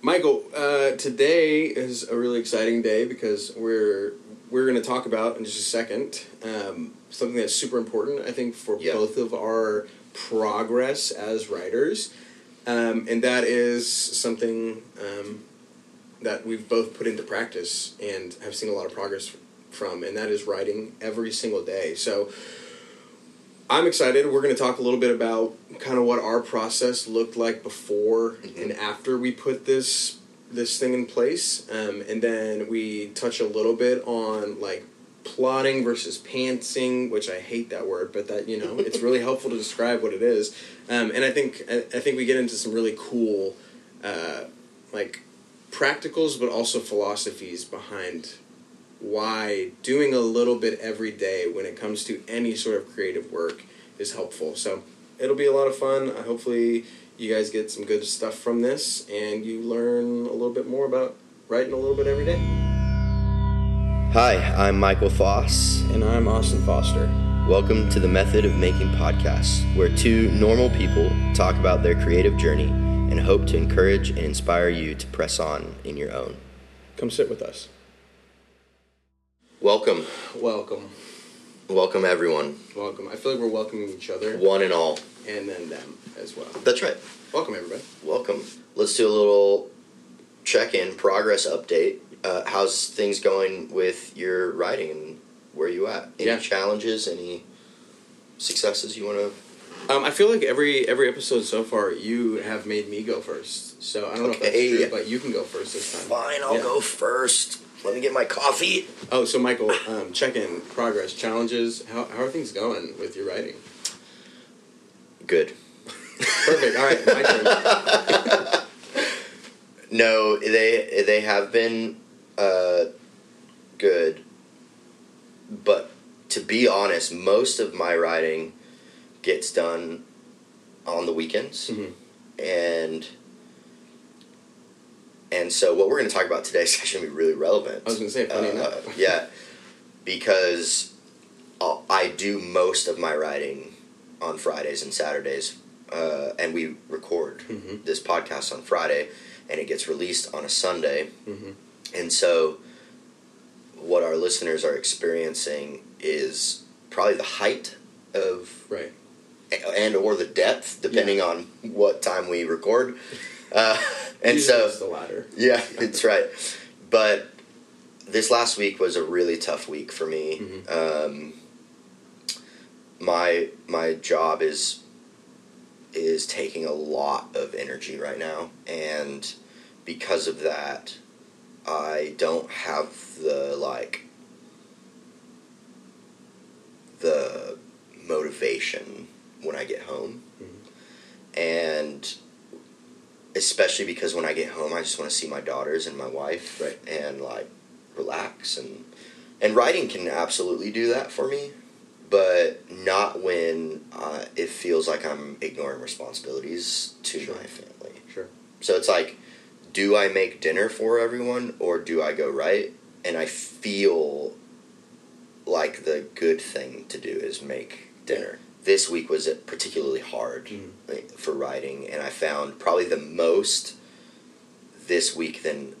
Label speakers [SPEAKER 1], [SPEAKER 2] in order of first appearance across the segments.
[SPEAKER 1] Michael, uh, today is a really exciting day because we're we're going to talk about in just a second um, something that's super important. I think for
[SPEAKER 2] Yeah.
[SPEAKER 1] both of our progress as writers, um, and that is something um, that we've both put into practice and have seen a lot of progress from, and that is writing every single day. So. I'm excited. We're going to talk a little bit about kind of what our process looked like before
[SPEAKER 2] Mhm.
[SPEAKER 1] and after we put this this thing in place, um, and then we touch a little bit on like plotting versus pantsing, which I hate that word, but that you know it's really helpful to describe what it is. Um, and I think I, I think we get into some really cool uh, like practicals, but also philosophies behind why doing a little bit every day when it comes to any sort of creative work is helpful. So it'll be a lot of fun. I hopefully you guys get some good stuff from this and you learn a little bit more about writing a little bit every day.
[SPEAKER 2] Hi, I'm Michael Foss.
[SPEAKER 3] And I'm Austin Foster.
[SPEAKER 2] Welcome to the Method of Making Podcasts, where two normal people talk about their creative journey and hope to encourage and inspire you to press on in your own.
[SPEAKER 3] Come sit with us.
[SPEAKER 2] Welcome,
[SPEAKER 1] Welcome.
[SPEAKER 2] welcome everyone,
[SPEAKER 1] Welcome. I feel like we're welcoming each other
[SPEAKER 2] one and all.
[SPEAKER 1] and then them as well.
[SPEAKER 2] That's right.
[SPEAKER 1] Welcome everybody.
[SPEAKER 2] Welcome. Let's do a little check-in, progress update. Uh, how's things going with your writing and where you at? Any
[SPEAKER 1] Yeah.
[SPEAKER 2] challenges? Any successes you want to?
[SPEAKER 1] Um, I feel like every every episode so far you have made me go first. So I don't know if
[SPEAKER 2] Okay.
[SPEAKER 1] that's true, but you can go first this time.
[SPEAKER 2] Fine, I'll
[SPEAKER 1] Yeah.
[SPEAKER 2] go first. Let me get my coffee.
[SPEAKER 1] Oh, so Michael, um, check in, progress, challenges. How, how are things going with your writing?
[SPEAKER 2] Good.
[SPEAKER 1] Perfect. All right, my turn.
[SPEAKER 2] No, they they have been uh, good, but to be honest, most of my writing gets done on the weekends,
[SPEAKER 1] Mhm.
[SPEAKER 2] and and so what we're going to talk about today is actually gonna be really relevant.
[SPEAKER 1] I was gonna say, funny
[SPEAKER 2] Uh,
[SPEAKER 1] enough.
[SPEAKER 2] yeah, because i I do most of my writing on Fridays and Saturdays, uh, and we record
[SPEAKER 1] Mhm.
[SPEAKER 2] this podcast on Friday, and it gets released on a Sunday.
[SPEAKER 1] Mhm.
[SPEAKER 2] And so, what our listeners are experiencing is probably the height of
[SPEAKER 1] Right.
[SPEAKER 2] and or the depth, depending
[SPEAKER 1] Yeah.
[SPEAKER 2] on what time we record. Uh, and
[SPEAKER 1] Usually
[SPEAKER 2] so,
[SPEAKER 1] it's the latter.
[SPEAKER 2] yeah, that's right. But this last week was a really tough week for me. Um, my my job is is taking a lot of energy right now, and because of that, I don't have the like the motivation when I get home,
[SPEAKER 1] Mm-hmm.
[SPEAKER 2] and especially because when I get home, I just want to see my daughters and my wife,
[SPEAKER 1] Right.
[SPEAKER 2] and like relax and and writing can absolutely do that for me, but not when uh, it feels like I'm ignoring responsibilities to
[SPEAKER 1] Sure.
[SPEAKER 2] my family.
[SPEAKER 1] Sure.
[SPEAKER 2] So it's like, do I make dinner for everyone or do I go write? And I feel like the good thing to do is make dinner. This week was particularly hard
[SPEAKER 1] Mhm.
[SPEAKER 2] like, for writing, and I found probably the most this week than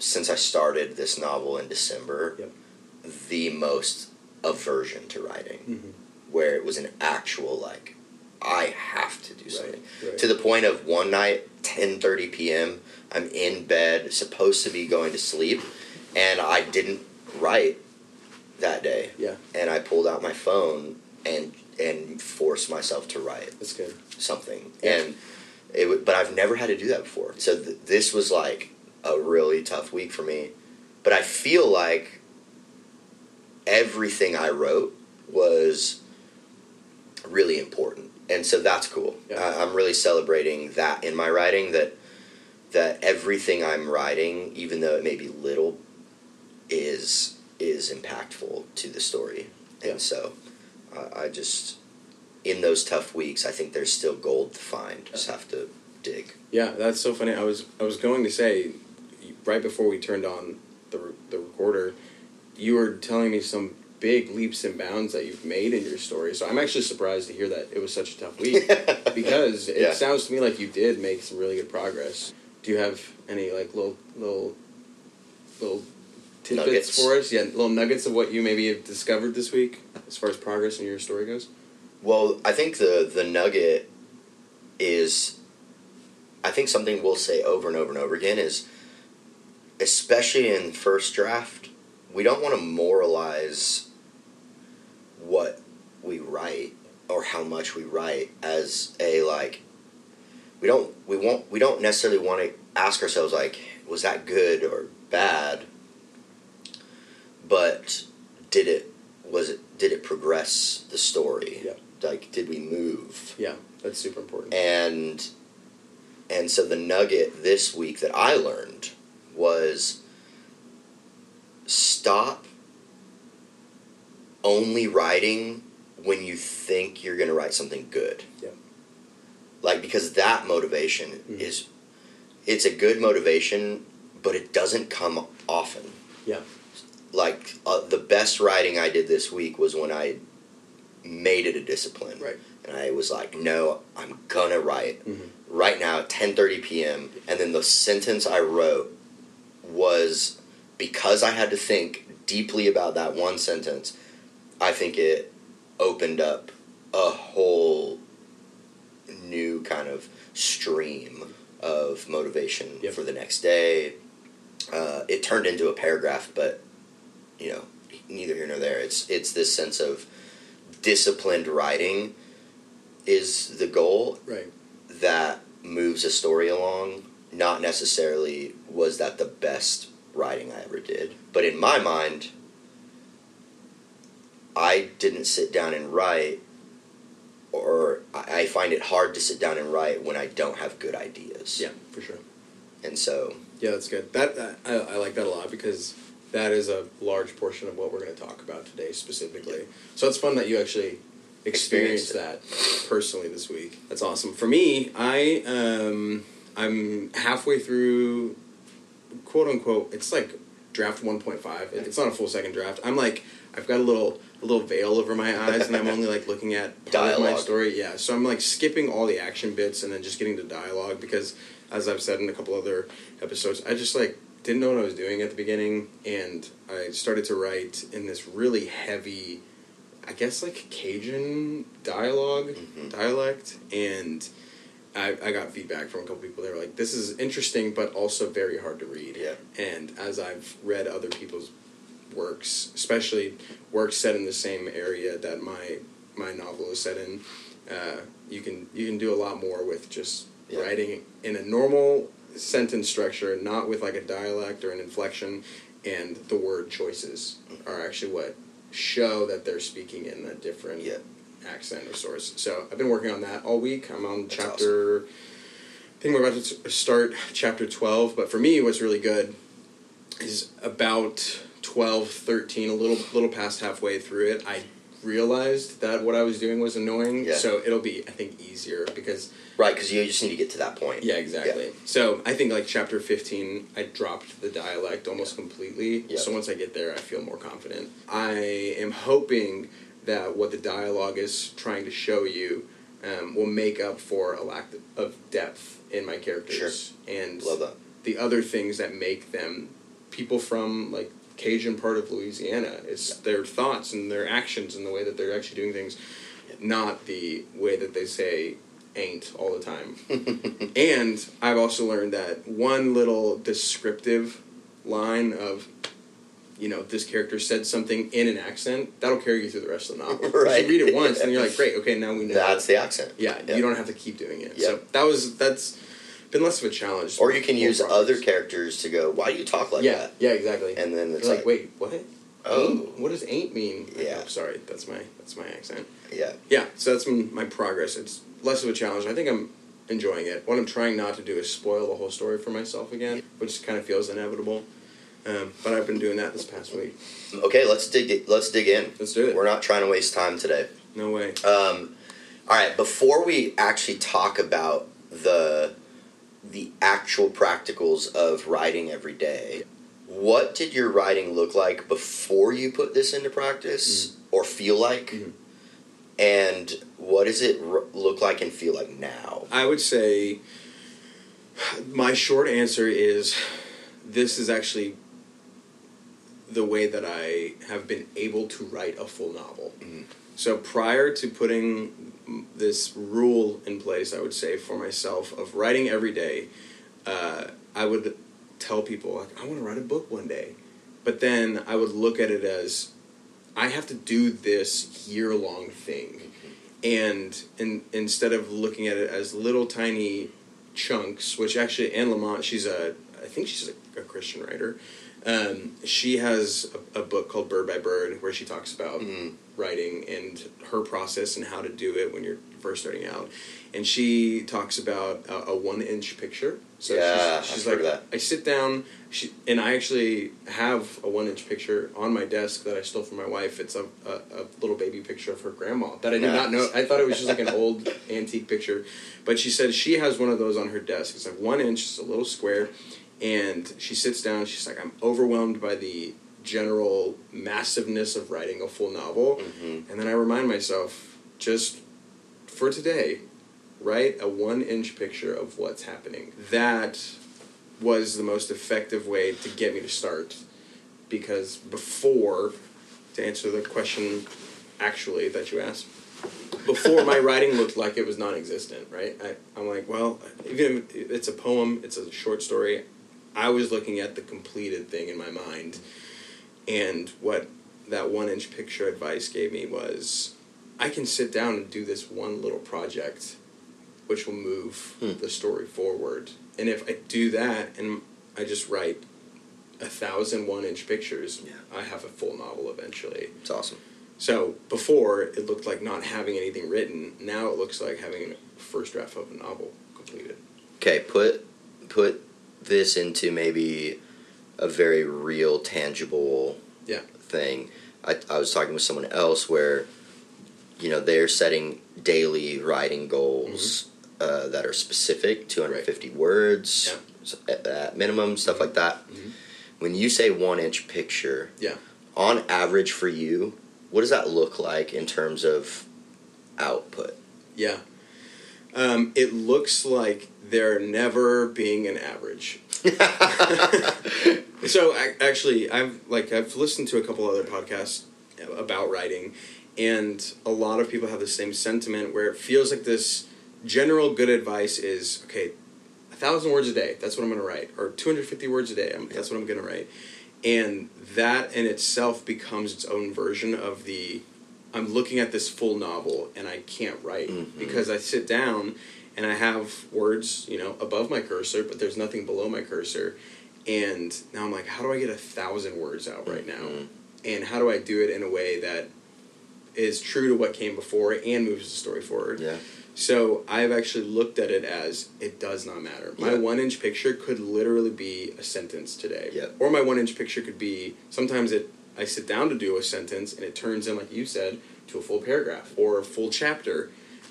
[SPEAKER 2] since I started this novel in December,
[SPEAKER 1] Yep.
[SPEAKER 2] the most aversion to writing,
[SPEAKER 1] Mhm.
[SPEAKER 2] where it was an actual like, I have to do
[SPEAKER 1] Right,
[SPEAKER 2] something
[SPEAKER 1] right.
[SPEAKER 2] to the point of one night 10:30 p.m. I'm in bed supposed to be going to sleep and I didn't write that day
[SPEAKER 1] yeah,
[SPEAKER 2] and I pulled out my phone and and forced myself to write
[SPEAKER 1] that's good.
[SPEAKER 2] something
[SPEAKER 1] Yeah.
[SPEAKER 2] and it w- but I've never had to do that before so th- this was like a really tough week for me but I feel like everything I wrote was really important and so that's cool
[SPEAKER 1] Yeah.
[SPEAKER 2] I, I'm really celebrating that in my writing that that everything I'm writing even though it may be little is is impactful to the story
[SPEAKER 1] Yeah.
[SPEAKER 2] and so I, I just in those tough weeks, I think there's still gold to find. Just have to dig.
[SPEAKER 1] Yeah, that's so funny. I was I was going to say, right before we turned on the re- the recorder, you were telling me some big leaps and bounds that you've made in your story. So I'm actually surprised to hear that it was such a tough week. because it
[SPEAKER 2] Yeah.
[SPEAKER 1] sounds to me like you did make some really good progress. Do you have any like little little little tidbits
[SPEAKER 2] Nuggets.
[SPEAKER 1] for us? Yeah, little nuggets of what you maybe have discovered this week as far as progress in your story goes.
[SPEAKER 2] Well, I think the the nugget is I think something we'll say over and over and over again is especially in first draft, we don't want to moralize what we write or how much we write as a like we don't we won't we don't necessarily want to ask ourselves like was that good or bad but did it was it did it progress the story
[SPEAKER 1] Yeah.
[SPEAKER 2] like did we move
[SPEAKER 1] Yeah, that's super important.
[SPEAKER 2] Eh. and and so the nugget this week that I learned was stop only writing when you think you're going to write something good.
[SPEAKER 1] Yep.
[SPEAKER 2] Like because that motivation
[SPEAKER 1] Mhm.
[SPEAKER 2] is it's a good motivation, but it doesn't come often.
[SPEAKER 1] Yeah.
[SPEAKER 2] Like uh, the best writing I did this week was when I made it a discipline.
[SPEAKER 1] Right.
[SPEAKER 2] And I was like, no, I'm gonna write
[SPEAKER 1] Mhm.
[SPEAKER 2] right now at 10:30 p.m. And then the sentence I wrote was because I had to think deeply about that one sentence. I think it opened up a whole new kind of stream of motivation
[SPEAKER 1] Yep.
[SPEAKER 2] for the next day. Uh, it turned into a paragraph, but you know, neither here nor there. It's it's this sense of disciplined writing is the goal
[SPEAKER 1] Right.
[SPEAKER 2] that moves a story along. Not necessarily was that the best writing I ever did, but in my mind, I didn't sit down and write, or I I find it hard to sit down and write when I don't have good ideas.
[SPEAKER 1] Yeah, for sure.
[SPEAKER 2] And so,
[SPEAKER 1] Yeah, that's good. That, that I, I like that a lot because that is a large portion of what we're going to talk about today specifically. So it's fun that you actually experienced
[SPEAKER 2] Experienced
[SPEAKER 1] that personally this week. That's awesome. For me, I um, I'm halfway through, quote unquote. It's like draft one point five. It's not a full second draft. I'm like I've got a little a little veil over my eyes, and I'm only like looking at part of my
[SPEAKER 2] Dialogue.
[SPEAKER 1] story. Yeah, so I'm like skipping all the action bits and then just getting to dialogue because, as I've said in a couple other episodes, I just like didn't know what I was doing at the beginning, and I started to write in this really heavy, I guess like Cajun dialog
[SPEAKER 2] Mhm.
[SPEAKER 1] dialect, and I, I got feedback from a couple people. They were like, "This is interesting, but also very hard to read."
[SPEAKER 2] Yeah.
[SPEAKER 1] And as I've read other people's works, especially works set in the same area that my my novel is set in, uh, you can you can do a lot more with just
[SPEAKER 2] Yeah.
[SPEAKER 1] writing in a normal sentence structure, not with like a dialect or an inflection, and the word choices are actually what show that they're speaking in a different
[SPEAKER 2] Yeah.
[SPEAKER 1] accent or source. So I've been working on that all week. I'm on
[SPEAKER 2] That's
[SPEAKER 1] chapter. I think we're about to s- start chapter 12, but for me, what's really good is about 12, 13, a little, little past halfway through it. I realized that what I was doing was annoying,
[SPEAKER 2] Yeah.
[SPEAKER 1] so it'll be, I think, easier because
[SPEAKER 2] right, because you just need to get to that point.
[SPEAKER 1] yeah, exactly. So I think like chapter fifteen, I dropped the dialect almost completely.
[SPEAKER 2] Yeah.
[SPEAKER 1] So once I get there, I feel more confident. I am hoping that what the dialogue is trying to show you um, will make up for a lack of depth in my characters and
[SPEAKER 2] Love that.
[SPEAKER 1] the other things that make them people from like Cajun part of Louisiana. It's their thoughts and their actions and the way that they're actually doing things, not the way that they say ain't all the time. And I've also learned that one little descriptive line of, you know, this character said something in an accent, that'll carry you through the rest of the novel.
[SPEAKER 2] Right.
[SPEAKER 1] You read it once and
[SPEAKER 2] Yeah.
[SPEAKER 1] you're like, great, okay, now we know.
[SPEAKER 2] That's the accent.
[SPEAKER 1] yeah,
[SPEAKER 2] Yeah.
[SPEAKER 1] you don't have to keep doing it.
[SPEAKER 2] Yeah.
[SPEAKER 1] So that was, that's been less of a challenge.
[SPEAKER 2] Or you can
[SPEAKER 1] Whole
[SPEAKER 2] use
[SPEAKER 1] process.
[SPEAKER 2] other characters to go, why do you talk like
[SPEAKER 1] yeah, yeah, exactly.
[SPEAKER 2] that? And then
[SPEAKER 1] You're
[SPEAKER 2] it's
[SPEAKER 1] like,
[SPEAKER 2] like,
[SPEAKER 1] wait, what?
[SPEAKER 2] oh,
[SPEAKER 1] Ain't? What does ain't mean? Like,
[SPEAKER 2] Yeah.
[SPEAKER 1] oh, sorry, that's my, that's my accent.
[SPEAKER 2] yeah.
[SPEAKER 1] Yeah, so that's been my progress. It's less of a challenge. I think I'm enjoying it. What I'm trying not to do is spoil the whole story for myself again, which kind of feels inevitable. Um, but I've been doing that this past week.
[SPEAKER 2] Okay, let's dig. It, let's dig in.
[SPEAKER 1] Let's do it.
[SPEAKER 2] We're not trying to waste time today.
[SPEAKER 1] No way.
[SPEAKER 2] Um, all right, before we actually talk about the the actual practicals of writing every day, what did your writing look like before you put this into practice
[SPEAKER 1] Mm-hmm.
[SPEAKER 2] or feel like?
[SPEAKER 1] Mhm.
[SPEAKER 2] And what does it r- look like and feel like now?
[SPEAKER 1] I would say My short answer is this is actually the way that I have been able to write a full novel. So prior to putting this rule in place, I would say for myself of writing every day, uh, I would tell people like I want to write a book one day, but then I would look at it as I have to do this year long thing, and in, instead of looking at it as little tiny chunks, which actually Anne Lamont, she's a I think she's a, a Christian writer. Um, she has a, a book called Bird by Bird where she talks about writing and her process and how to do it when you're first starting out. And she talks about a, a one inch picture. So
[SPEAKER 2] Yeah,
[SPEAKER 1] she's, she's
[SPEAKER 2] I've
[SPEAKER 1] like,
[SPEAKER 2] heard of
[SPEAKER 1] I sit down, she, and I actually have a one inch picture on my desk that I stole from my wife. It's a, a, a little baby picture of her grandma that I did not know.
[SPEAKER 2] Nice.
[SPEAKER 1] I thought it was just like an old antique picture. But she said she has one of those on her desk. It's like one inch, it's a little square. And she sits down, she's like, I'm overwhelmed by the general massiveness of writing a full novel.
[SPEAKER 2] Mhm.
[SPEAKER 1] And then I remind myself, just for today, write a one inch picture of what's happening. That was the most effective way to get me to start. Because before, to answer the question actually that you asked, before my writing looked like it was non existent, right? I, I'm like, well, even if it's a poem, it's a short story, I was looking at the completed thing in my mind. And what that one inch picture advice gave me was I can sit down and do this one little project, which will move
[SPEAKER 2] Hmm.
[SPEAKER 1] the story forward. And if I do that and I just write a thousand one inch pictures,
[SPEAKER 2] Yeah.
[SPEAKER 1] I have a full novel eventually.
[SPEAKER 2] It's awesome.
[SPEAKER 1] So before it looked like not having anything written. Now it looks like having a first draft of a novel completed.
[SPEAKER 2] Okay, put put this into maybe a very real, tangible
[SPEAKER 1] Yeah.
[SPEAKER 2] thing. I, I was talking with someone else where, you know, they're setting daily writing goals uh, that are specific, 250 words
[SPEAKER 1] Mm-hmm. Yeah.
[SPEAKER 2] s- at, at minimum, stuff like that.
[SPEAKER 1] Mhm.
[SPEAKER 2] When you say one inch picture,
[SPEAKER 1] Yeah.
[SPEAKER 2] on average for you, what does that look like in terms of output?
[SPEAKER 1] Yeah. Um, it looks like there never being an average. So I, actually, I've like I've listened to a couple other podcasts about writing, and a lot of people have the same sentiment where it feels like this general good advice is okay, a thousand words a day. That's what I'm going to write, or 250 words a day. I'm, that's what I'm going to write, and that in itself becomes its own version of the I'm looking at this full novel and I can't write
[SPEAKER 2] Mhm.
[SPEAKER 1] because I sit down and I have words, you know, above my cursor, but there's nothing below my cursor. And now I'm like, how do I get a thousand words out right now?
[SPEAKER 2] Mhm.
[SPEAKER 1] And how do I do it in a way that is true to what came before and moves the story forward?
[SPEAKER 2] Yeah.
[SPEAKER 1] So I've actually looked at it as it does not matter. My
[SPEAKER 2] Yeah.
[SPEAKER 1] one inch picture could literally be a sentence today.
[SPEAKER 2] Yeah.
[SPEAKER 1] Or my one inch picture could be sometimes it I sit down to do a sentence and it turns in, like you said, to a full paragraph or a full chapter.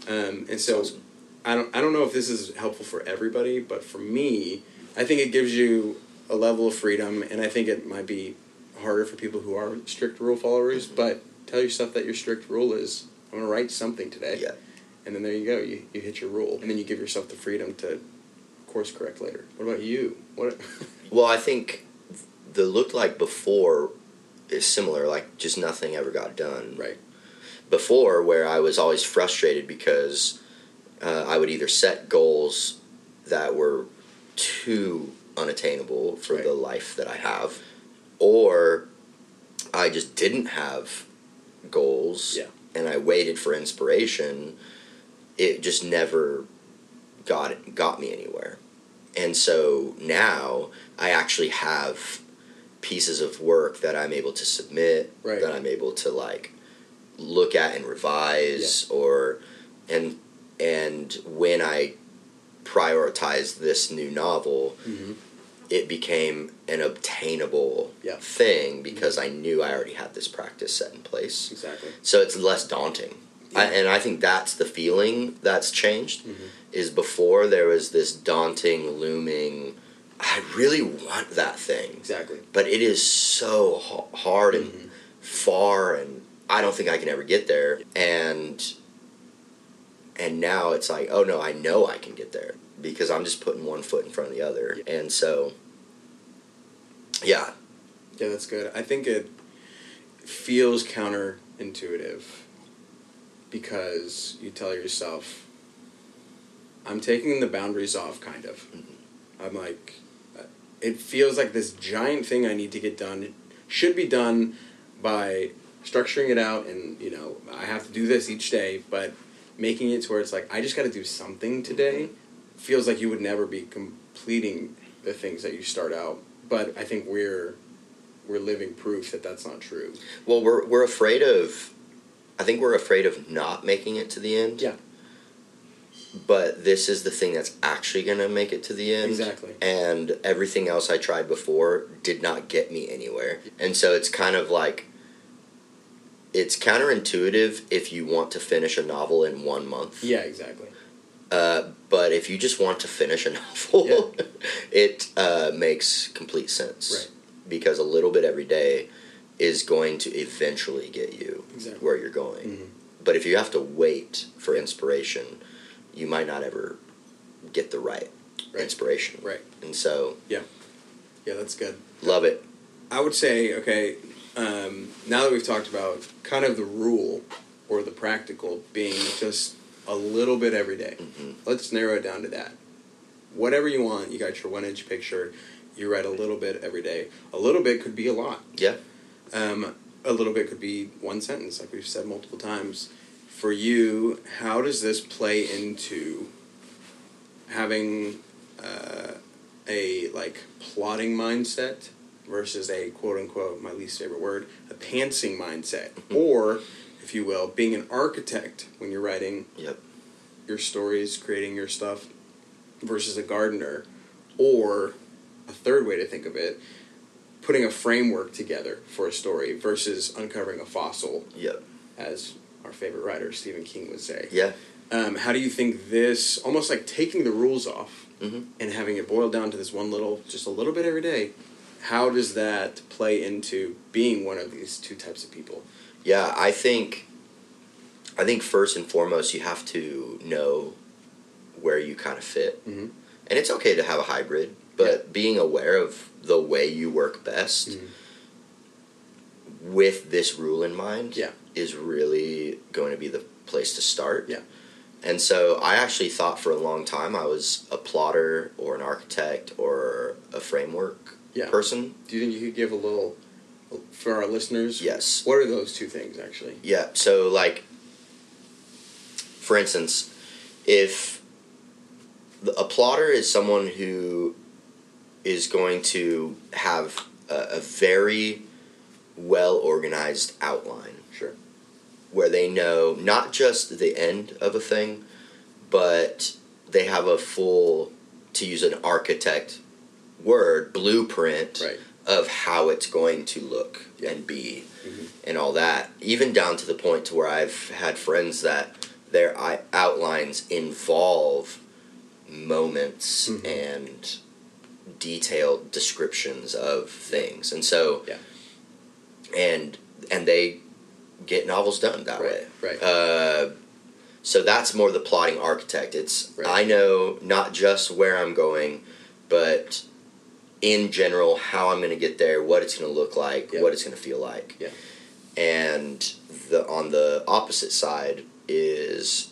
[SPEAKER 1] Um, and so
[SPEAKER 2] Awesome.
[SPEAKER 1] I don't I don't know if this is helpful for everybody, but for me, I think it gives you a level of freedom and I think it might be harder for people who are strict rule followers,
[SPEAKER 2] Mm-hmm.
[SPEAKER 1] but tell yourself that your strict rule is I'm gonna write something today.
[SPEAKER 2] Yeah.
[SPEAKER 1] And then there you go. You, you hit your rule, and then you give yourself the freedom to course correct later. What about you? What?
[SPEAKER 2] Well, I think the looked like before is similar. Like just nothing ever got done.
[SPEAKER 1] right.
[SPEAKER 2] Before, where I was always frustrated because uh, I would either set goals that were too unattainable for
[SPEAKER 1] Right.
[SPEAKER 2] the life that I have, or I just didn't have goals.
[SPEAKER 1] Yeah.
[SPEAKER 2] And I waited for inspiration. It just never got got me anywhere. And so now I actually have pieces of work that I'm able to submit,
[SPEAKER 1] Right.
[SPEAKER 2] that I'm able to like look at and revise or and and when I prioritized this new novel,
[SPEAKER 1] Mm-hmm.
[SPEAKER 2] it became an obtainable
[SPEAKER 1] Yeah.
[SPEAKER 2] thing because I knew I already had this practice set in place.
[SPEAKER 1] Exactly.
[SPEAKER 2] So it's less daunting. I,
[SPEAKER 1] Yeah.
[SPEAKER 2] and I think that's the feeling that's changed
[SPEAKER 1] Mhm.
[SPEAKER 2] is before there was this daunting looming I really want that thing,
[SPEAKER 1] Exactly.
[SPEAKER 2] but it is so ha- hard and
[SPEAKER 1] Mhm.
[SPEAKER 2] far and I don't think I can ever get there and and now it's like, oh no, I know I can get there. because I'm just putting one foot in front of the other. And so, yeah,
[SPEAKER 1] Yeah, that's good. I think it feels counterintuitive because you tell yourself, I'm taking the boundaries off, kind of. I'm like, uh, it feels like this giant thing I need to get done. It should be done by structuring it out and, you know, I have to do this each day, but making it to where it's like, I just got to do something today feels like you would never be completing the things that you start out. But I think we're we're living proof that that's not true.
[SPEAKER 2] Well, we're we're afraid of. I think we're afraid of not making it to the end.
[SPEAKER 1] Yeah.
[SPEAKER 2] But this is the thing that's actually gonna make it to the end.
[SPEAKER 1] Exactly.
[SPEAKER 2] And everything else I tried before did not get me anywhere, and so it's kind of like. It's counterintuitive if you want to finish a novel in one month.
[SPEAKER 1] Yeah, exactly.
[SPEAKER 2] Uh, but if you just want to finish a novel, it uh, makes complete sense.
[SPEAKER 1] Right.
[SPEAKER 2] Because a little bit every day is going to eventually get you
[SPEAKER 1] Exactly.
[SPEAKER 2] where you're going.
[SPEAKER 1] Mhm.
[SPEAKER 2] But if you have to wait for inspiration, you might not ever get the right,
[SPEAKER 1] Right.
[SPEAKER 2] inspiration.
[SPEAKER 1] Right.
[SPEAKER 2] And so,
[SPEAKER 1] Yeah, that's good.
[SPEAKER 2] love it.
[SPEAKER 1] I would say, okay, um, now that we've talked about kind of the rule or the practical being just a little bit every day,
[SPEAKER 2] Mhm.
[SPEAKER 1] let's narrow it down to that. Whatever you want, you got your one inch picture, you write a little bit every day. A little bit could be a lot.
[SPEAKER 2] Yeah.
[SPEAKER 1] Um, a little bit could be one sentence, like we've said multiple times. For you, how does this play into having uh, a like plotting mindset versus a quote unquote my least favorite word a pantsing mindset, or if you will, being an architect when you're writing
[SPEAKER 2] Yep.
[SPEAKER 1] your stories, creating your stuff, versus a gardener, or a third way to think of it, putting a framework together for a story versus uncovering a fossil,
[SPEAKER 2] Yep.
[SPEAKER 1] as our favorite writer Stephen King would say.
[SPEAKER 2] Yeah.
[SPEAKER 1] Um, how do you think this, almost like taking the rules off
[SPEAKER 2] Mhm.
[SPEAKER 1] and having it boiled down to this one little, just a little bit every day, how does that play into being one of these two types of people?
[SPEAKER 2] Yeah, I think I think first and foremost you have to know where you kind of fit.
[SPEAKER 1] Mhm.
[SPEAKER 2] And it's okay to have a hybrid, but being aware of the way you work best
[SPEAKER 1] Mhm.
[SPEAKER 2] with this rule in mind
[SPEAKER 1] Yeah.
[SPEAKER 2] is really going to be the place to start.
[SPEAKER 1] Yeah.
[SPEAKER 2] And so I actually thought for a long time I was a plotter or an architect or a framework
[SPEAKER 1] Yeah.
[SPEAKER 2] person.
[SPEAKER 1] Do you think you could give a little, for our listeners,
[SPEAKER 2] Yes.
[SPEAKER 1] What are those two things actually?
[SPEAKER 2] Yeah. So like, for instance, if the, a plotter is someone who is going to have a, a very well organized outline
[SPEAKER 1] Sure.
[SPEAKER 2] where they know not just the end of a thing, but they have a full, to use an architect word, blueprint
[SPEAKER 1] Right.
[SPEAKER 2] of how it's going to look
[SPEAKER 1] Yeah.
[SPEAKER 2] and be
[SPEAKER 1] Mhm.
[SPEAKER 2] and all that. Even down to the point to where I've had friends that their i- outlines involve moments
[SPEAKER 1] Mhm.
[SPEAKER 2] and detailed descriptions of things. And so
[SPEAKER 1] Yeah.
[SPEAKER 2] and and they get novels done that way.
[SPEAKER 1] Right.
[SPEAKER 2] Uh, so that's more the plotting architect. It's
[SPEAKER 1] Right.
[SPEAKER 2] I know not just where I'm going, but in general how I'm going to get there, what it's going to look like,
[SPEAKER 1] Yeah.
[SPEAKER 2] what it's going to feel like.
[SPEAKER 1] Yeah.
[SPEAKER 2] And the on the opposite side is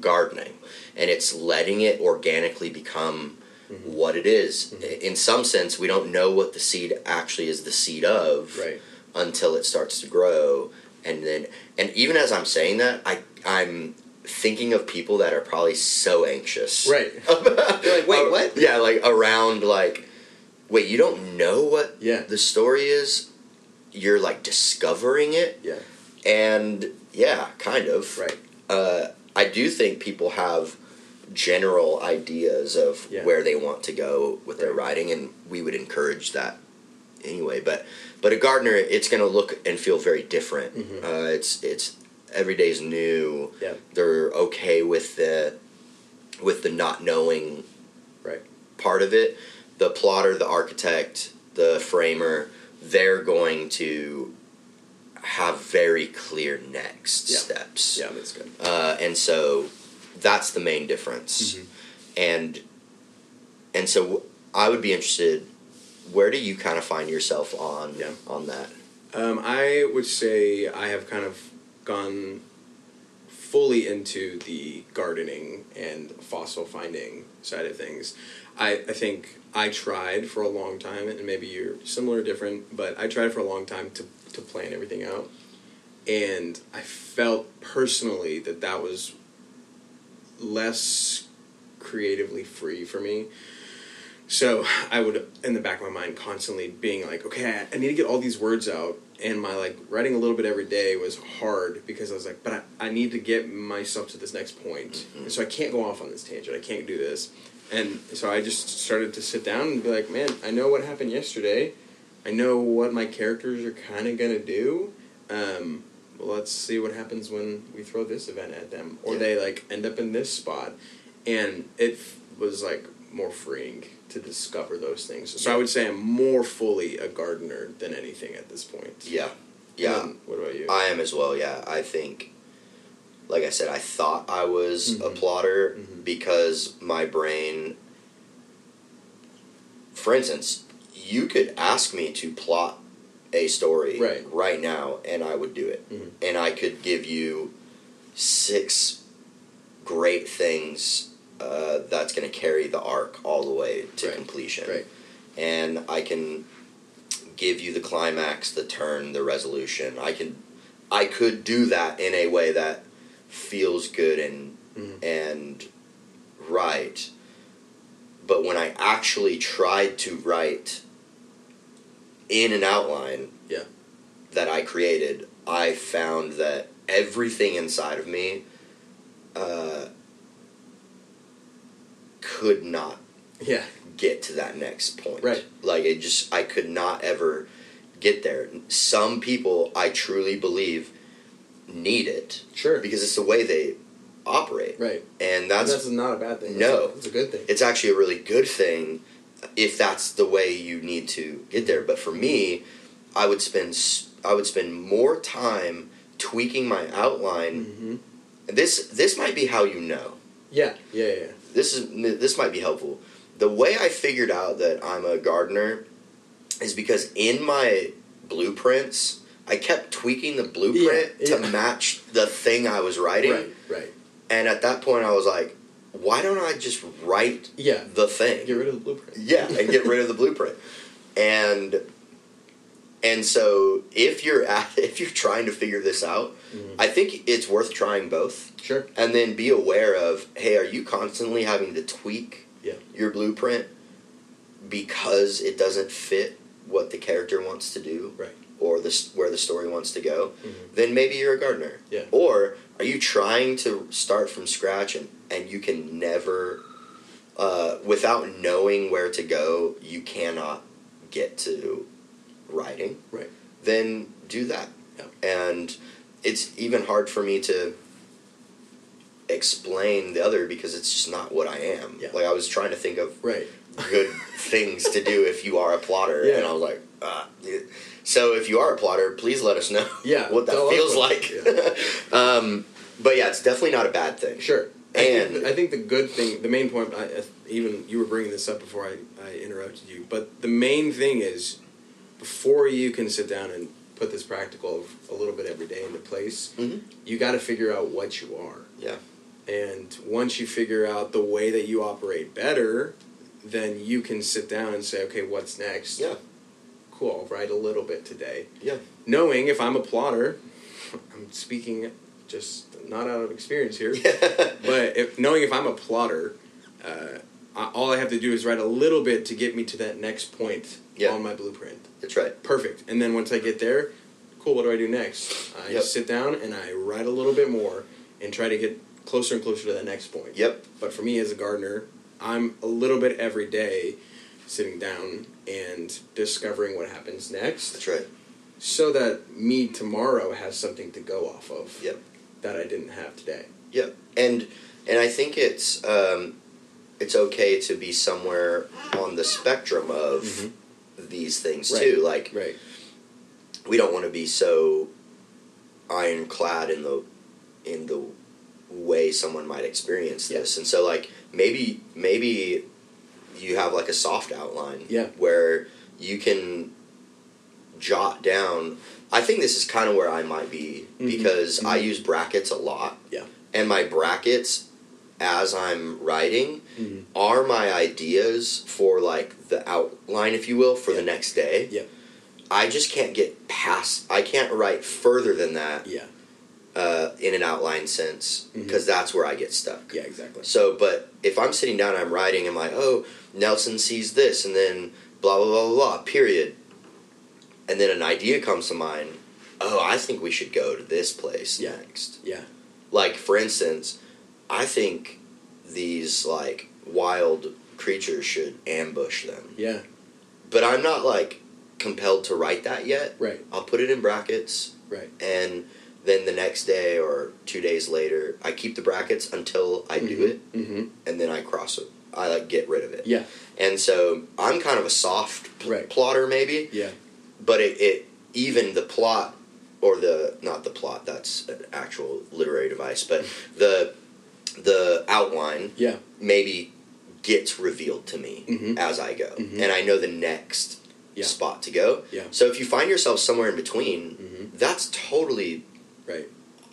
[SPEAKER 2] gardening, and it's letting it organically become
[SPEAKER 1] Mhm.
[SPEAKER 2] what it is. In some sense, we don't know what the seed actually is the seed of
[SPEAKER 1] right.
[SPEAKER 2] until it starts to grow and then and even as i'm saying that i i'm thinking of people that are probably so anxious
[SPEAKER 1] Right.
[SPEAKER 2] like
[SPEAKER 1] wait, what?
[SPEAKER 2] yeah like around like wait you don't know what
[SPEAKER 1] Yeah.
[SPEAKER 2] the story is you're like discovering it
[SPEAKER 1] Yeah.
[SPEAKER 2] and yeah kind of
[SPEAKER 1] Right.
[SPEAKER 2] uh, I do think people have general ideas of
[SPEAKER 1] Yeah.
[SPEAKER 2] where they want to go with their
[SPEAKER 1] Right.
[SPEAKER 2] writing, and we would encourage that anyway. But but a gardener, it's going to look and feel very different.
[SPEAKER 1] Mhm.
[SPEAKER 2] Uh, it's it's every day's new.
[SPEAKER 1] Yeah.
[SPEAKER 2] They're okay with the with the not knowing
[SPEAKER 1] Right.
[SPEAKER 2] part of it. The plotter, the architect, the framer, they're going to have very clear next
[SPEAKER 1] Yeah.
[SPEAKER 2] steps
[SPEAKER 1] Yeah, that's good.
[SPEAKER 2] Mm-hmm.
[SPEAKER 1] Mm-hmm.
[SPEAKER 2] uh, and so that's the main difference. And and so w- I would be interested. Where do you kind of find yourself on
[SPEAKER 1] Yeah.
[SPEAKER 2] on that?
[SPEAKER 1] Um, I would say I have kind of gone fully into the gardening and fossil finding side of things. I, I think I tried for a long time, and maybe you're similar, different, but I tried for a long time to, to plan everything out. And I felt personally that that was less creatively free for me. So I would, in the back of my mind, constantly being like, okay, I- I need to get all these words out. And my like writing a little bit every day was hard because I was like, but I, I need to get myself to this next point. And so I can't go off on this tangent. I can't do this. And so I just started to sit down and be like, man, I know what happened yesterday. I know what my characters are kind of going to do. Um, well, let's see what happens when we throw this event at them or
[SPEAKER 2] Yeah.
[SPEAKER 1] they like end up in this spot. And it f- was like more freeing to discover those things. So I would say I'm more fully a gardener than anything at this point.
[SPEAKER 2] Yeah, yeah.
[SPEAKER 1] Um, what about you?
[SPEAKER 2] I am as well. Yeah, I think, like I said, I thought I was a
[SPEAKER 1] Mhm.
[SPEAKER 2] plotter
[SPEAKER 1] Mhm.
[SPEAKER 2] because my brain. For instance, you could ask me to plot a story
[SPEAKER 1] Right.
[SPEAKER 2] now, and I would do it,
[SPEAKER 1] Mhm.
[SPEAKER 2] and I could give you six great things uh, that's going to carry the arc all the way to
[SPEAKER 1] Right.
[SPEAKER 2] completion,
[SPEAKER 1] Right.
[SPEAKER 2] and I can give you the climax, the turn, the resolution. I can I could do that in a way that feels good and
[SPEAKER 1] Mhm.
[SPEAKER 2] and right. But when I actually tried to write in an outline
[SPEAKER 1] Yeah.
[SPEAKER 2] that I created, I found that everything inside of me uh, could not
[SPEAKER 1] yeah.
[SPEAKER 2] get to that next point.
[SPEAKER 1] Right.
[SPEAKER 2] Like it just I could not ever get there. Some people I truly believe need it
[SPEAKER 1] Sure.
[SPEAKER 2] because it's the way they operate.
[SPEAKER 1] Right.
[SPEAKER 2] And
[SPEAKER 1] And
[SPEAKER 2] that's,
[SPEAKER 1] that's not a bad thing.
[SPEAKER 2] No.
[SPEAKER 1] It's a, it's a good thing.
[SPEAKER 2] it's actually a really good thing if that's the way you need to get there. But for me, I would spend s- I would spend more time tweaking my outline.
[SPEAKER 1] Mm-hmm.
[SPEAKER 2] This this might be how you know.
[SPEAKER 1] Yeah. Yeah. Yeah. yeah.
[SPEAKER 2] this is this might be helpful. The way I figured out that I'm a gardener is because in my blueprints, I kept tweaking the blueprint
[SPEAKER 1] Yeah,
[SPEAKER 2] to
[SPEAKER 1] yeah.
[SPEAKER 2] match the thing I was writing.
[SPEAKER 1] Right. Right.
[SPEAKER 2] And at that point, I was like, why don't I just write
[SPEAKER 1] Yeah.
[SPEAKER 2] the thing?
[SPEAKER 1] Get rid of the blueprint.
[SPEAKER 2] Yeah, and get rid of the blueprint. And and so if you're at, if you're trying to figure this out,
[SPEAKER 1] Mhm.
[SPEAKER 2] I think it's worth trying both
[SPEAKER 1] Sure.
[SPEAKER 2] and then be aware of hey are you constantly having to tweak
[SPEAKER 1] Yeah.
[SPEAKER 2] your blueprint because it doesn't fit what the character wants to do
[SPEAKER 1] Right.
[SPEAKER 2] or the, s- where the story wants to go
[SPEAKER 1] Mhm.
[SPEAKER 2] then maybe you're a gardener
[SPEAKER 1] Yeah.
[SPEAKER 2] or are you trying to start from scratch and, and you can never uh, without knowing where to go you cannot get to writing
[SPEAKER 1] Right.
[SPEAKER 2] then do that
[SPEAKER 1] Yeah.
[SPEAKER 2] and it's even hard for me to explain the other because it's just not what I am.
[SPEAKER 1] Yeah.
[SPEAKER 2] Like I was trying to think of
[SPEAKER 1] Right.
[SPEAKER 2] good things to do if you are a plotter,
[SPEAKER 1] Yeah.
[SPEAKER 2] and I was like, ah. yeah. so if you are a plotter, please let us know
[SPEAKER 1] Yeah,
[SPEAKER 2] what that
[SPEAKER 1] tell us
[SPEAKER 2] feels
[SPEAKER 1] what-
[SPEAKER 2] like. um, but yeah, it's definitely not a bad thing.
[SPEAKER 1] Sure. I think,
[SPEAKER 2] And-
[SPEAKER 1] I think the good thing, the main point, I, I- even you were bringing this up before I, I interrupted you, but the main thing is before you can sit down and put this practical of a little bit every day into place,
[SPEAKER 2] Mhm.
[SPEAKER 1] you got to figure out what you are.
[SPEAKER 2] Yeah.
[SPEAKER 1] And once you figure out the way that you operate better, then you can sit down and say, okay, what's next?
[SPEAKER 2] Yeah.
[SPEAKER 1] Cool, I'll write a little bit today
[SPEAKER 2] Yeah.
[SPEAKER 1] knowing if I'm a plotter, I'm speaking just not out of experience here, but if, knowing if I'm a plotter, uh, I, all I have to do is write a little bit to get me to that next point
[SPEAKER 2] Yeah.
[SPEAKER 1] on my blueprint.
[SPEAKER 2] That's right.
[SPEAKER 1] Perfect. And then once I get there, cool, what do I do next? I
[SPEAKER 2] Yep.
[SPEAKER 1] sit down and I write a little bit more and try to get closer and closer to that next point.
[SPEAKER 2] Yep.
[SPEAKER 1] But for me as a gardener, I'm a little bit every day sitting down and discovering what happens next
[SPEAKER 2] That's right.
[SPEAKER 1] so that me tomorrow has something to go off of
[SPEAKER 2] Yep.
[SPEAKER 1] that I didn't have today.
[SPEAKER 2] Yep. And and I think it's um, it's okay to be somewhere on the spectrum of
[SPEAKER 1] Mhm.
[SPEAKER 2] these things
[SPEAKER 1] Right.
[SPEAKER 2] too. Like
[SPEAKER 1] Right.
[SPEAKER 2] we don't want to be so ironclad in the in the way someone might experience
[SPEAKER 1] Yeah.
[SPEAKER 2] this and so like maybe maybe you have like a soft outline
[SPEAKER 1] Yeah.
[SPEAKER 2] where you can jot down i think this is kind of where i might be
[SPEAKER 1] Mhm.
[SPEAKER 2] because i
[SPEAKER 1] Mhm.
[SPEAKER 2] use brackets a lot
[SPEAKER 1] Yeah.
[SPEAKER 2] and my brackets as i'm writing
[SPEAKER 1] Mhm.
[SPEAKER 2] are my ideas for like the outline if you will for the next day
[SPEAKER 1] Yeah.
[SPEAKER 2] i just can't get past i can't write further than that
[SPEAKER 1] Yeah.
[SPEAKER 2] uh, in an outline sense
[SPEAKER 1] Mm-hmm.
[SPEAKER 2] because that's where i get stuck
[SPEAKER 1] Yeah. Exactly.
[SPEAKER 2] so, but if I'm sitting down, I'm writing, I'm like, oh, Nelson sees this, and then blah, blah, blah, blah, blah, period. And then an idea comes to mind, oh, I think we should go to this place
[SPEAKER 1] Yeah.
[SPEAKER 2] next.
[SPEAKER 1] Yeah.
[SPEAKER 2] Like, for instance, I think these, like, wild creatures should ambush them.
[SPEAKER 1] Yeah.
[SPEAKER 2] But I'm not, like, compelled to write that yet.
[SPEAKER 1] Right.
[SPEAKER 2] I'll put it in brackets.
[SPEAKER 1] Right.
[SPEAKER 2] And then the next day or two days later, I keep the brackets until I do it
[SPEAKER 1] Mm-hmm.
[SPEAKER 2] and then I cross it. I like get rid of it.
[SPEAKER 1] Yeah.
[SPEAKER 2] And so I'm kind of a soft p-
[SPEAKER 1] Right.
[SPEAKER 2] plotter, maybe,
[SPEAKER 1] Yeah.
[SPEAKER 2] but it, it even the plot or the not the plot that's an actual literary device, but the the outline
[SPEAKER 1] Yeah.
[SPEAKER 2] maybe gets revealed to me
[SPEAKER 1] Mhm.
[SPEAKER 2] as I go,
[SPEAKER 1] Mhm.
[SPEAKER 2] and I know the next
[SPEAKER 1] Yeah.
[SPEAKER 2] spot to go.
[SPEAKER 1] Yeah.
[SPEAKER 2] So if you find yourself somewhere in between,
[SPEAKER 1] Mhm.
[SPEAKER 2] that's totally
[SPEAKER 1] Right.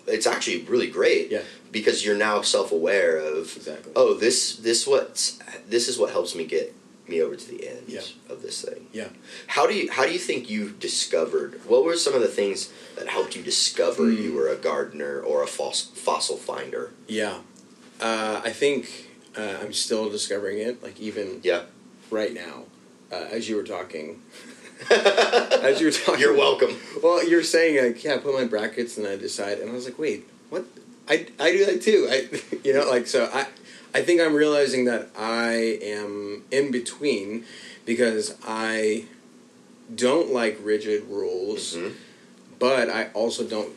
[SPEAKER 2] it's actually really great
[SPEAKER 1] Yeah.
[SPEAKER 2] because you're now self-aware of
[SPEAKER 1] Exactly.
[SPEAKER 2] oh this this what's this is what helps me get me over to the end
[SPEAKER 1] Yeah.
[SPEAKER 2] of this thing
[SPEAKER 1] Yeah.
[SPEAKER 2] how do you how do you think you discovered what were some of the things that helped you discover
[SPEAKER 1] Mm.
[SPEAKER 2] you were a gardener or a fos- fossil finder
[SPEAKER 1] Yeah. Uh, I think uh, I'm still discovering it. Like even
[SPEAKER 2] yeah
[SPEAKER 1] right now, uh, as you were talking, as you were talking,
[SPEAKER 2] you're welcome
[SPEAKER 1] Well, you're saying like, yeah, I put my brackets and I decide, and I was like, wait, what? I, I do that too. I you know like so I I think I'm realizing that I am in between because I don't like rigid rules,
[SPEAKER 2] Mhm.
[SPEAKER 1] but I also don't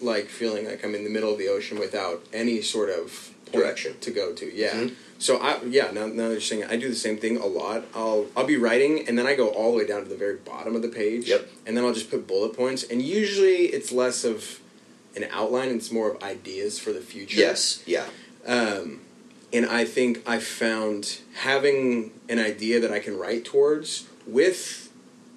[SPEAKER 1] like feeling like I'm in the middle of the ocean without any sort of point
[SPEAKER 2] Direction.
[SPEAKER 1] to go to. Yeah.
[SPEAKER 2] Mhm.
[SPEAKER 1] So I yeah now, now that you're saying it, I do the same thing a lot. I'll I'll be writing and then I go all the way down to the very bottom of the page.
[SPEAKER 2] Yep.
[SPEAKER 1] And then I'll just put bullet points and usually it's less of an outline. It's more of ideas for the future.
[SPEAKER 2] yes yeah
[SPEAKER 1] Um, and I think I found having an idea that I can write towards with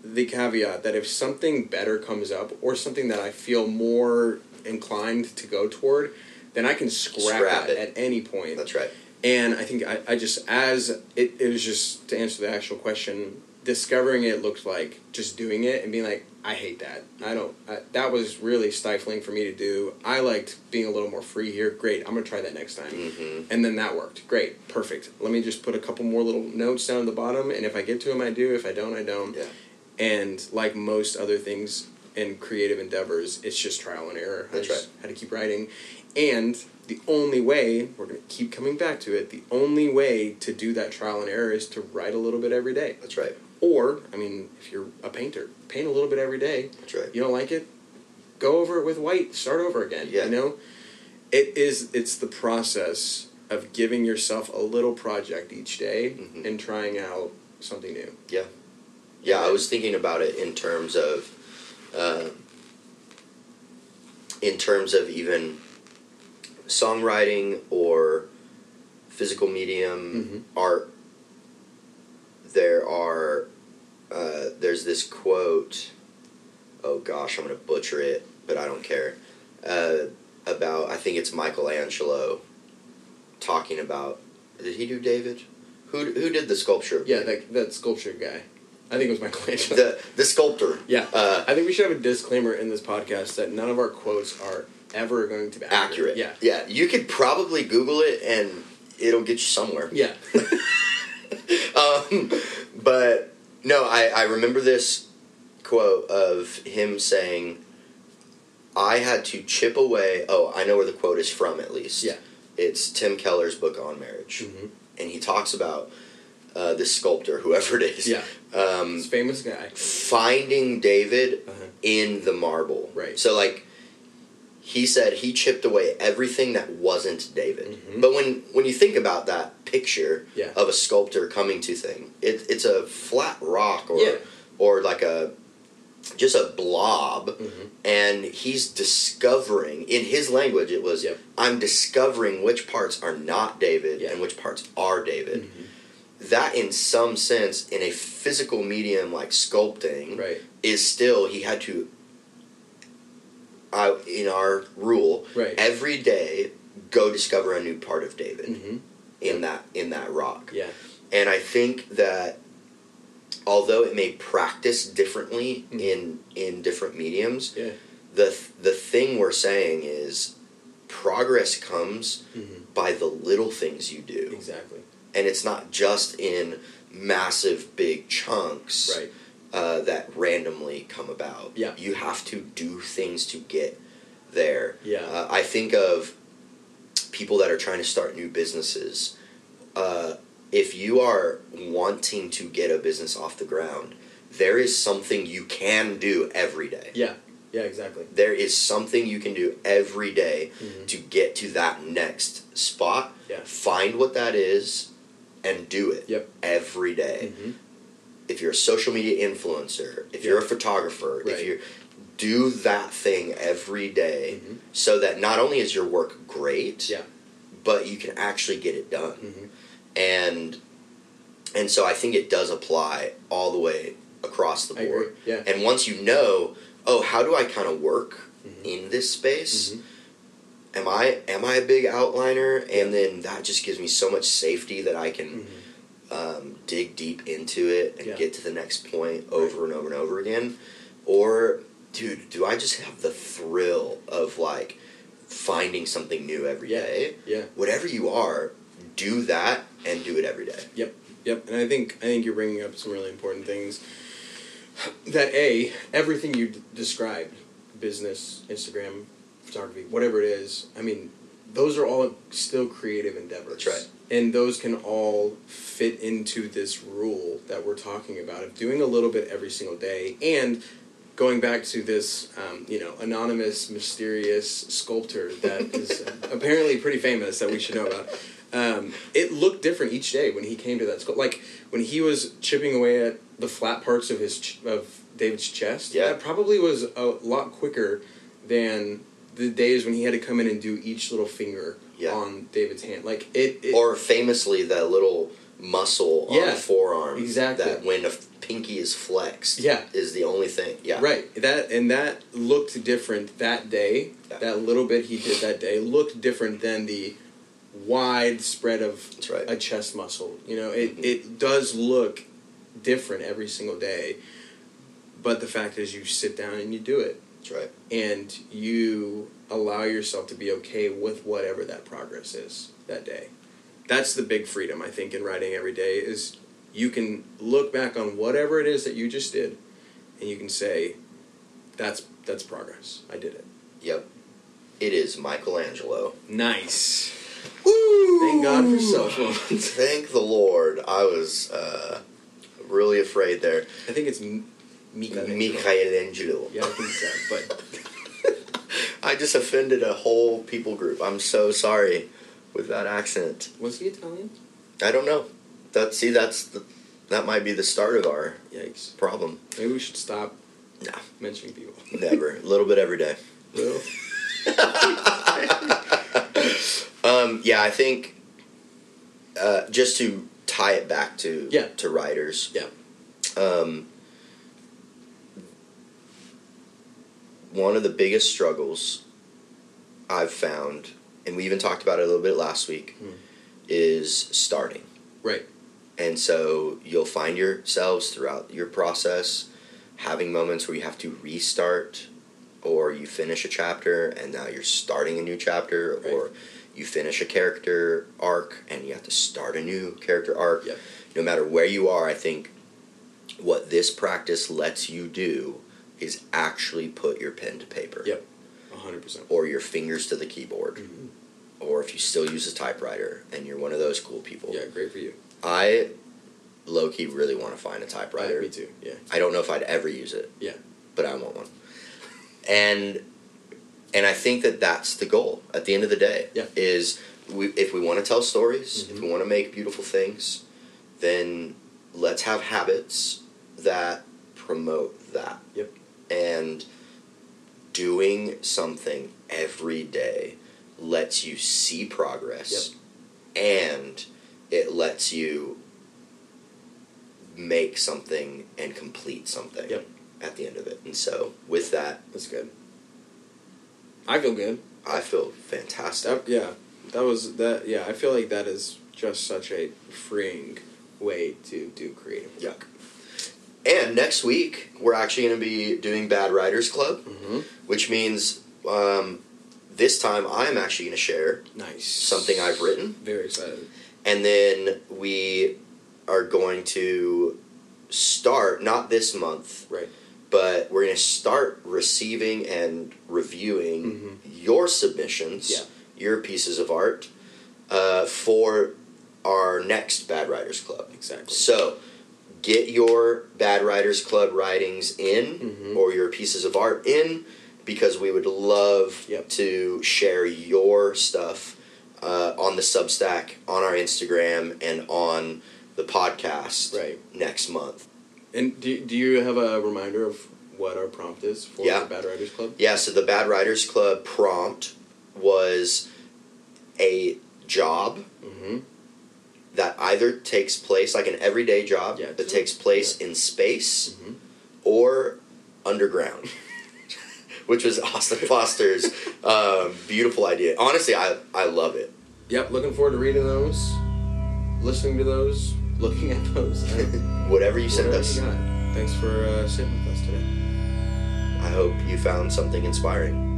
[SPEAKER 1] the caveat that if something better comes up or something that I feel more inclined to go toward, then I can scrap,
[SPEAKER 2] Scrap
[SPEAKER 1] that
[SPEAKER 2] it.
[SPEAKER 1] at any point.
[SPEAKER 2] that's right
[SPEAKER 1] And I think I, I just, as it, it was just to answer the actual question, discovering it looked like just doing it and being like, I hate that. I don't, I, that was really stifling for me to do. I liked being a little more free here. Great, I'm going to try that next time.
[SPEAKER 2] hmm
[SPEAKER 1] And then that worked. Great, perfect. Let me just put a couple more little notes down at the bottom, and if I get to them, I do. If I don't, I don't.
[SPEAKER 2] Yeah.
[SPEAKER 1] And like most other things in creative endeavors, it's just trial and error. I
[SPEAKER 2] That's
[SPEAKER 1] just Had to keep writing, and the only way we're gonna keep coming back to it. The only way to do that trial and error is to write a little bit every day.
[SPEAKER 2] that's right
[SPEAKER 1] Or, I mean, if you're a painter, paint a little bit every day.
[SPEAKER 2] that's right
[SPEAKER 1] You don't like it? Go over it with white. Start over again.
[SPEAKER 2] Yeah.
[SPEAKER 1] You know, it is. It's the process of giving yourself a little project each day
[SPEAKER 2] Mhm.
[SPEAKER 1] and trying out something new.
[SPEAKER 2] Yeah, I was thinking about it in terms of, uh, in terms of even songwriting or physical
[SPEAKER 1] Mm-hmm.
[SPEAKER 2] medium art. There are, uh, there's this quote. Oh gosh, I'm gonna butcher it, but I don't care. Uh, about I think it's Michelangelo talking about. Did he do David? Who, who did the sculpture? of
[SPEAKER 1] Yeah,
[SPEAKER 2] David?
[SPEAKER 1] that that sculpture guy. I think it was Michelangelo.
[SPEAKER 2] the the sculptor.
[SPEAKER 1] yeah.
[SPEAKER 2] Uh,
[SPEAKER 1] I think we should have a disclaimer in this podcast that none of our quotes are ever going to be
[SPEAKER 2] accurate.
[SPEAKER 1] accurate. Yeah.
[SPEAKER 2] yeah. You could probably Google it, and it'll get you somewhere.
[SPEAKER 1] Yeah.
[SPEAKER 2] Um, but no, I I remember this quote of him saying, "I had to chip away." Oh, I know where the quote is from. At least,
[SPEAKER 1] Yeah.
[SPEAKER 2] it's Tim Keller's book on marriage,
[SPEAKER 1] Mhm.
[SPEAKER 2] and he talks about uh, this sculptor, whoever it is,
[SPEAKER 1] Yeah.
[SPEAKER 2] um,
[SPEAKER 1] This famous guy.
[SPEAKER 2] finding David
[SPEAKER 1] Uh-huh.
[SPEAKER 2] in the marble.
[SPEAKER 1] Right.
[SPEAKER 2] So like he said he chipped away everything that wasn't David.
[SPEAKER 1] Mhm.
[SPEAKER 2] But when when you think about that picture
[SPEAKER 1] Yeah.
[SPEAKER 2] of a sculptor coming to thing, it, it's a flat rock or
[SPEAKER 1] Yeah.
[SPEAKER 2] or like a just a blob
[SPEAKER 1] Mhm.
[SPEAKER 2] and he's discovering in his language it was
[SPEAKER 1] Yep.
[SPEAKER 2] I'm discovering which parts are not David
[SPEAKER 1] Yeah. Mm-hmm.
[SPEAKER 2] and which parts are David. that in some sense in a physical medium like sculpting
[SPEAKER 1] Right.
[SPEAKER 2] is still he had to I, in our rule
[SPEAKER 1] Right.
[SPEAKER 2] every day go discover a new part of david
[SPEAKER 1] Mm-hmm.
[SPEAKER 2] in that in that rock
[SPEAKER 1] Yeah.
[SPEAKER 2] and i think that although it may practice differently
[SPEAKER 1] Mhm.
[SPEAKER 2] in in different mediums
[SPEAKER 1] Yeah.
[SPEAKER 2] the th- the thing we're saying is progress comes
[SPEAKER 1] Mm-hmm.
[SPEAKER 2] by the little things you do
[SPEAKER 1] Exactly.
[SPEAKER 2] and it's not just in massive big chunks
[SPEAKER 1] Right.
[SPEAKER 2] uh, that randomly come about.
[SPEAKER 1] Yeah.
[SPEAKER 2] You have to do things to get there.
[SPEAKER 1] Yeah.
[SPEAKER 2] Uh, I think of people that are trying to start new businesses. Uh, if you are wanting to get a business off the ground, there is something you can do every day.
[SPEAKER 1] Yeah. Yeah. Exactly.
[SPEAKER 2] There is something you can do every day
[SPEAKER 1] Mhm.
[SPEAKER 2] to get to that next spot.
[SPEAKER 1] Yeah.
[SPEAKER 2] Find what that is and do it
[SPEAKER 1] Yep.
[SPEAKER 2] every day
[SPEAKER 1] Mm-hmm.
[SPEAKER 2] if you're a social media influencer, if you're a photographer, if
[SPEAKER 1] Right.
[SPEAKER 2] you do that thing every day
[SPEAKER 1] Mhm.
[SPEAKER 2] so that not only is your work great,
[SPEAKER 1] Yeah.
[SPEAKER 2] but you can actually get it done.
[SPEAKER 1] Mm-hmm.
[SPEAKER 2] And and so I think it does apply all the way across the
[SPEAKER 1] I agree.
[SPEAKER 2] board.
[SPEAKER 1] Yeah.
[SPEAKER 2] And once you know, oh, how do I kind of work
[SPEAKER 1] Mm-hmm.
[SPEAKER 2] in this space?
[SPEAKER 1] Mhm.
[SPEAKER 2] Am I am I a big outliner? And then that just gives me so much safety that I can
[SPEAKER 1] Mm-hmm.
[SPEAKER 2] um, dig deep into it and
[SPEAKER 1] Yeah.
[SPEAKER 2] get to the next point over and over and over again? Or, dude, do I just have the thrill of like finding something new every
[SPEAKER 1] Yeah.
[SPEAKER 2] day?
[SPEAKER 1] Yeah.
[SPEAKER 2] Whatever you are, do that and do it every day.
[SPEAKER 1] Yep, and I think I think you're bringing up some really important things. That a everything you d- described, business, Instagram, photography, whatever it is. I mean, those are all still creative endeavors.
[SPEAKER 2] That's right.
[SPEAKER 1] And those can all fit into this rule that we're talking about of doing a little bit every single day and going back to this um, you know anonymous mysterious sculptor that is uh, apparently pretty famous that we should know about um, it looked different each day when he came to that sculpt like when he was chipping away at the flat parts of his ch- of david's chest
[SPEAKER 2] Yeah.
[SPEAKER 1] that probably was a lot quicker than the days when he had to come in and do each little finger
[SPEAKER 2] Yeah.
[SPEAKER 1] on david's hand like Um, it, it
[SPEAKER 2] Or famously, the little muscle on
[SPEAKER 1] Yeah,
[SPEAKER 2] the forearm
[SPEAKER 1] exactly.
[SPEAKER 2] that when a pinky is flexed
[SPEAKER 1] Yeah.
[SPEAKER 2] is the only thing. Yeah.
[SPEAKER 1] Right. That and that looked different that day.
[SPEAKER 2] Yeah.
[SPEAKER 1] That little bit he did that day looked different than the wide spread of
[SPEAKER 2] That's right.
[SPEAKER 1] a chest muscle. You know, it
[SPEAKER 2] Mhm.
[SPEAKER 1] it does look different every single day. But the fact is you sit down and you do it
[SPEAKER 2] That's right.
[SPEAKER 1] and you allow yourself to be okay with whatever that progress is that day. That's the big freedom I think in writing every day is you can look back on whatever it is that you just did and you can say that's that's progress. I did it.
[SPEAKER 2] Yep. It is Michelangelo.
[SPEAKER 1] Nice.
[SPEAKER 2] Woo!
[SPEAKER 1] Thank God for cell phones.
[SPEAKER 2] Thank the Lord. I was uh, really afraid there.
[SPEAKER 1] I think it's M- Michelangelo.
[SPEAKER 2] Michelangelo.
[SPEAKER 1] Yeah, I think it's that. But
[SPEAKER 2] I just offended a whole people group. I'm so sorry with that accent.
[SPEAKER 1] was he Italian?
[SPEAKER 2] I don't know. That see, that's the, that might be the start of our
[SPEAKER 1] Yikes.
[SPEAKER 2] problem.
[SPEAKER 1] Maybe we should stop
[SPEAKER 2] Nah.
[SPEAKER 1] mentioning people.
[SPEAKER 2] Never. a little bit every day.
[SPEAKER 1] Well,
[SPEAKER 2] Um, yeah, I think uh, just to tie it back to
[SPEAKER 1] Yeah.
[SPEAKER 2] to writers.
[SPEAKER 1] Yeah.
[SPEAKER 2] Um, one of the biggest struggles I've found, and we even talked about it a little bit last week,
[SPEAKER 1] Hmm.
[SPEAKER 2] is starting.
[SPEAKER 1] Right.
[SPEAKER 2] And so you'll find yourselves throughout your process having moments where you have to restart or you finish a chapter and now you're starting a new chapter
[SPEAKER 1] Right.
[SPEAKER 2] or you finish a character arc and you have to start a new character arc.
[SPEAKER 1] Yep.
[SPEAKER 2] No matter where you are, I think what this practice lets you do is actually put your pen to paper
[SPEAKER 1] Yep. 100%.
[SPEAKER 2] or your fingers to the keyboard
[SPEAKER 1] Mhm.
[SPEAKER 2] or if you still use a typewriter and you're one of those cool people.
[SPEAKER 1] Yeah, great for you.
[SPEAKER 2] I low key really want to find a
[SPEAKER 1] Right.
[SPEAKER 2] typewriter.
[SPEAKER 1] Me too. Yeah.
[SPEAKER 2] I don't know if I'd ever use it.
[SPEAKER 1] Yeah.
[SPEAKER 2] But I want one. And and I think that that's the goal at the end of the day.
[SPEAKER 1] Yeah.
[SPEAKER 2] Is we, if we want to tell stories, if
[SPEAKER 1] Mhm.
[SPEAKER 2] we want to make beautiful things, then let's have habits that promote that.
[SPEAKER 1] Yep.
[SPEAKER 2] And doing something every day lets you see progress and it lets you make something and complete something
[SPEAKER 1] Yep.
[SPEAKER 2] at the end of it. And so with that,
[SPEAKER 1] That's good. I feel good.
[SPEAKER 2] I feel fantastic.
[SPEAKER 1] That, yeah, that was that. Yeah, I feel like that is just such a freeing way to do creative work.
[SPEAKER 2] And next week, we're actually going to be doing Bad Writers Club,
[SPEAKER 1] Mm-hmm.
[SPEAKER 2] which means um, this time I'm actually going to share
[SPEAKER 1] Nice.
[SPEAKER 2] something I've written.
[SPEAKER 1] Very excited.
[SPEAKER 2] And then we are going to start, not this month,
[SPEAKER 1] Right.
[SPEAKER 2] but we're going to start receiving and reviewing
[SPEAKER 1] Mhm.
[SPEAKER 2] your submissions,
[SPEAKER 1] Yeah.
[SPEAKER 2] your pieces of art, uh, for our next Bad Writers Club.
[SPEAKER 1] Exactly.
[SPEAKER 2] So, get your Bad Writers Club writings in
[SPEAKER 1] Mhm.
[SPEAKER 2] or your pieces of art in because we would love
[SPEAKER 1] Yep.
[SPEAKER 2] to share your stuff uh, on the Substack, on our Instagram, and on the podcast
[SPEAKER 1] Right.
[SPEAKER 2] next month.
[SPEAKER 1] And do, do you have a reminder of what our prompt is for
[SPEAKER 2] Yeah.
[SPEAKER 1] the Bad Writers Club?
[SPEAKER 2] Yeah, so the Bad Writers Club prompt was a job
[SPEAKER 1] Mm-hmm.
[SPEAKER 2] that either takes place, like an everyday job,
[SPEAKER 1] Yeah,
[SPEAKER 2] that
[SPEAKER 1] true.
[SPEAKER 2] takes place in space
[SPEAKER 1] Mhm.
[SPEAKER 2] or underground, which was Austin Foster's um, beautiful idea. Honestly, I, I love it.
[SPEAKER 1] Yep. Looking forward to reading those, listening to those, looking at those.
[SPEAKER 2] Whatever you sent
[SPEAKER 1] Whatever
[SPEAKER 2] us,
[SPEAKER 1] you got. Thanks for uh, sitting with us today.
[SPEAKER 2] I hope you found something inspiring.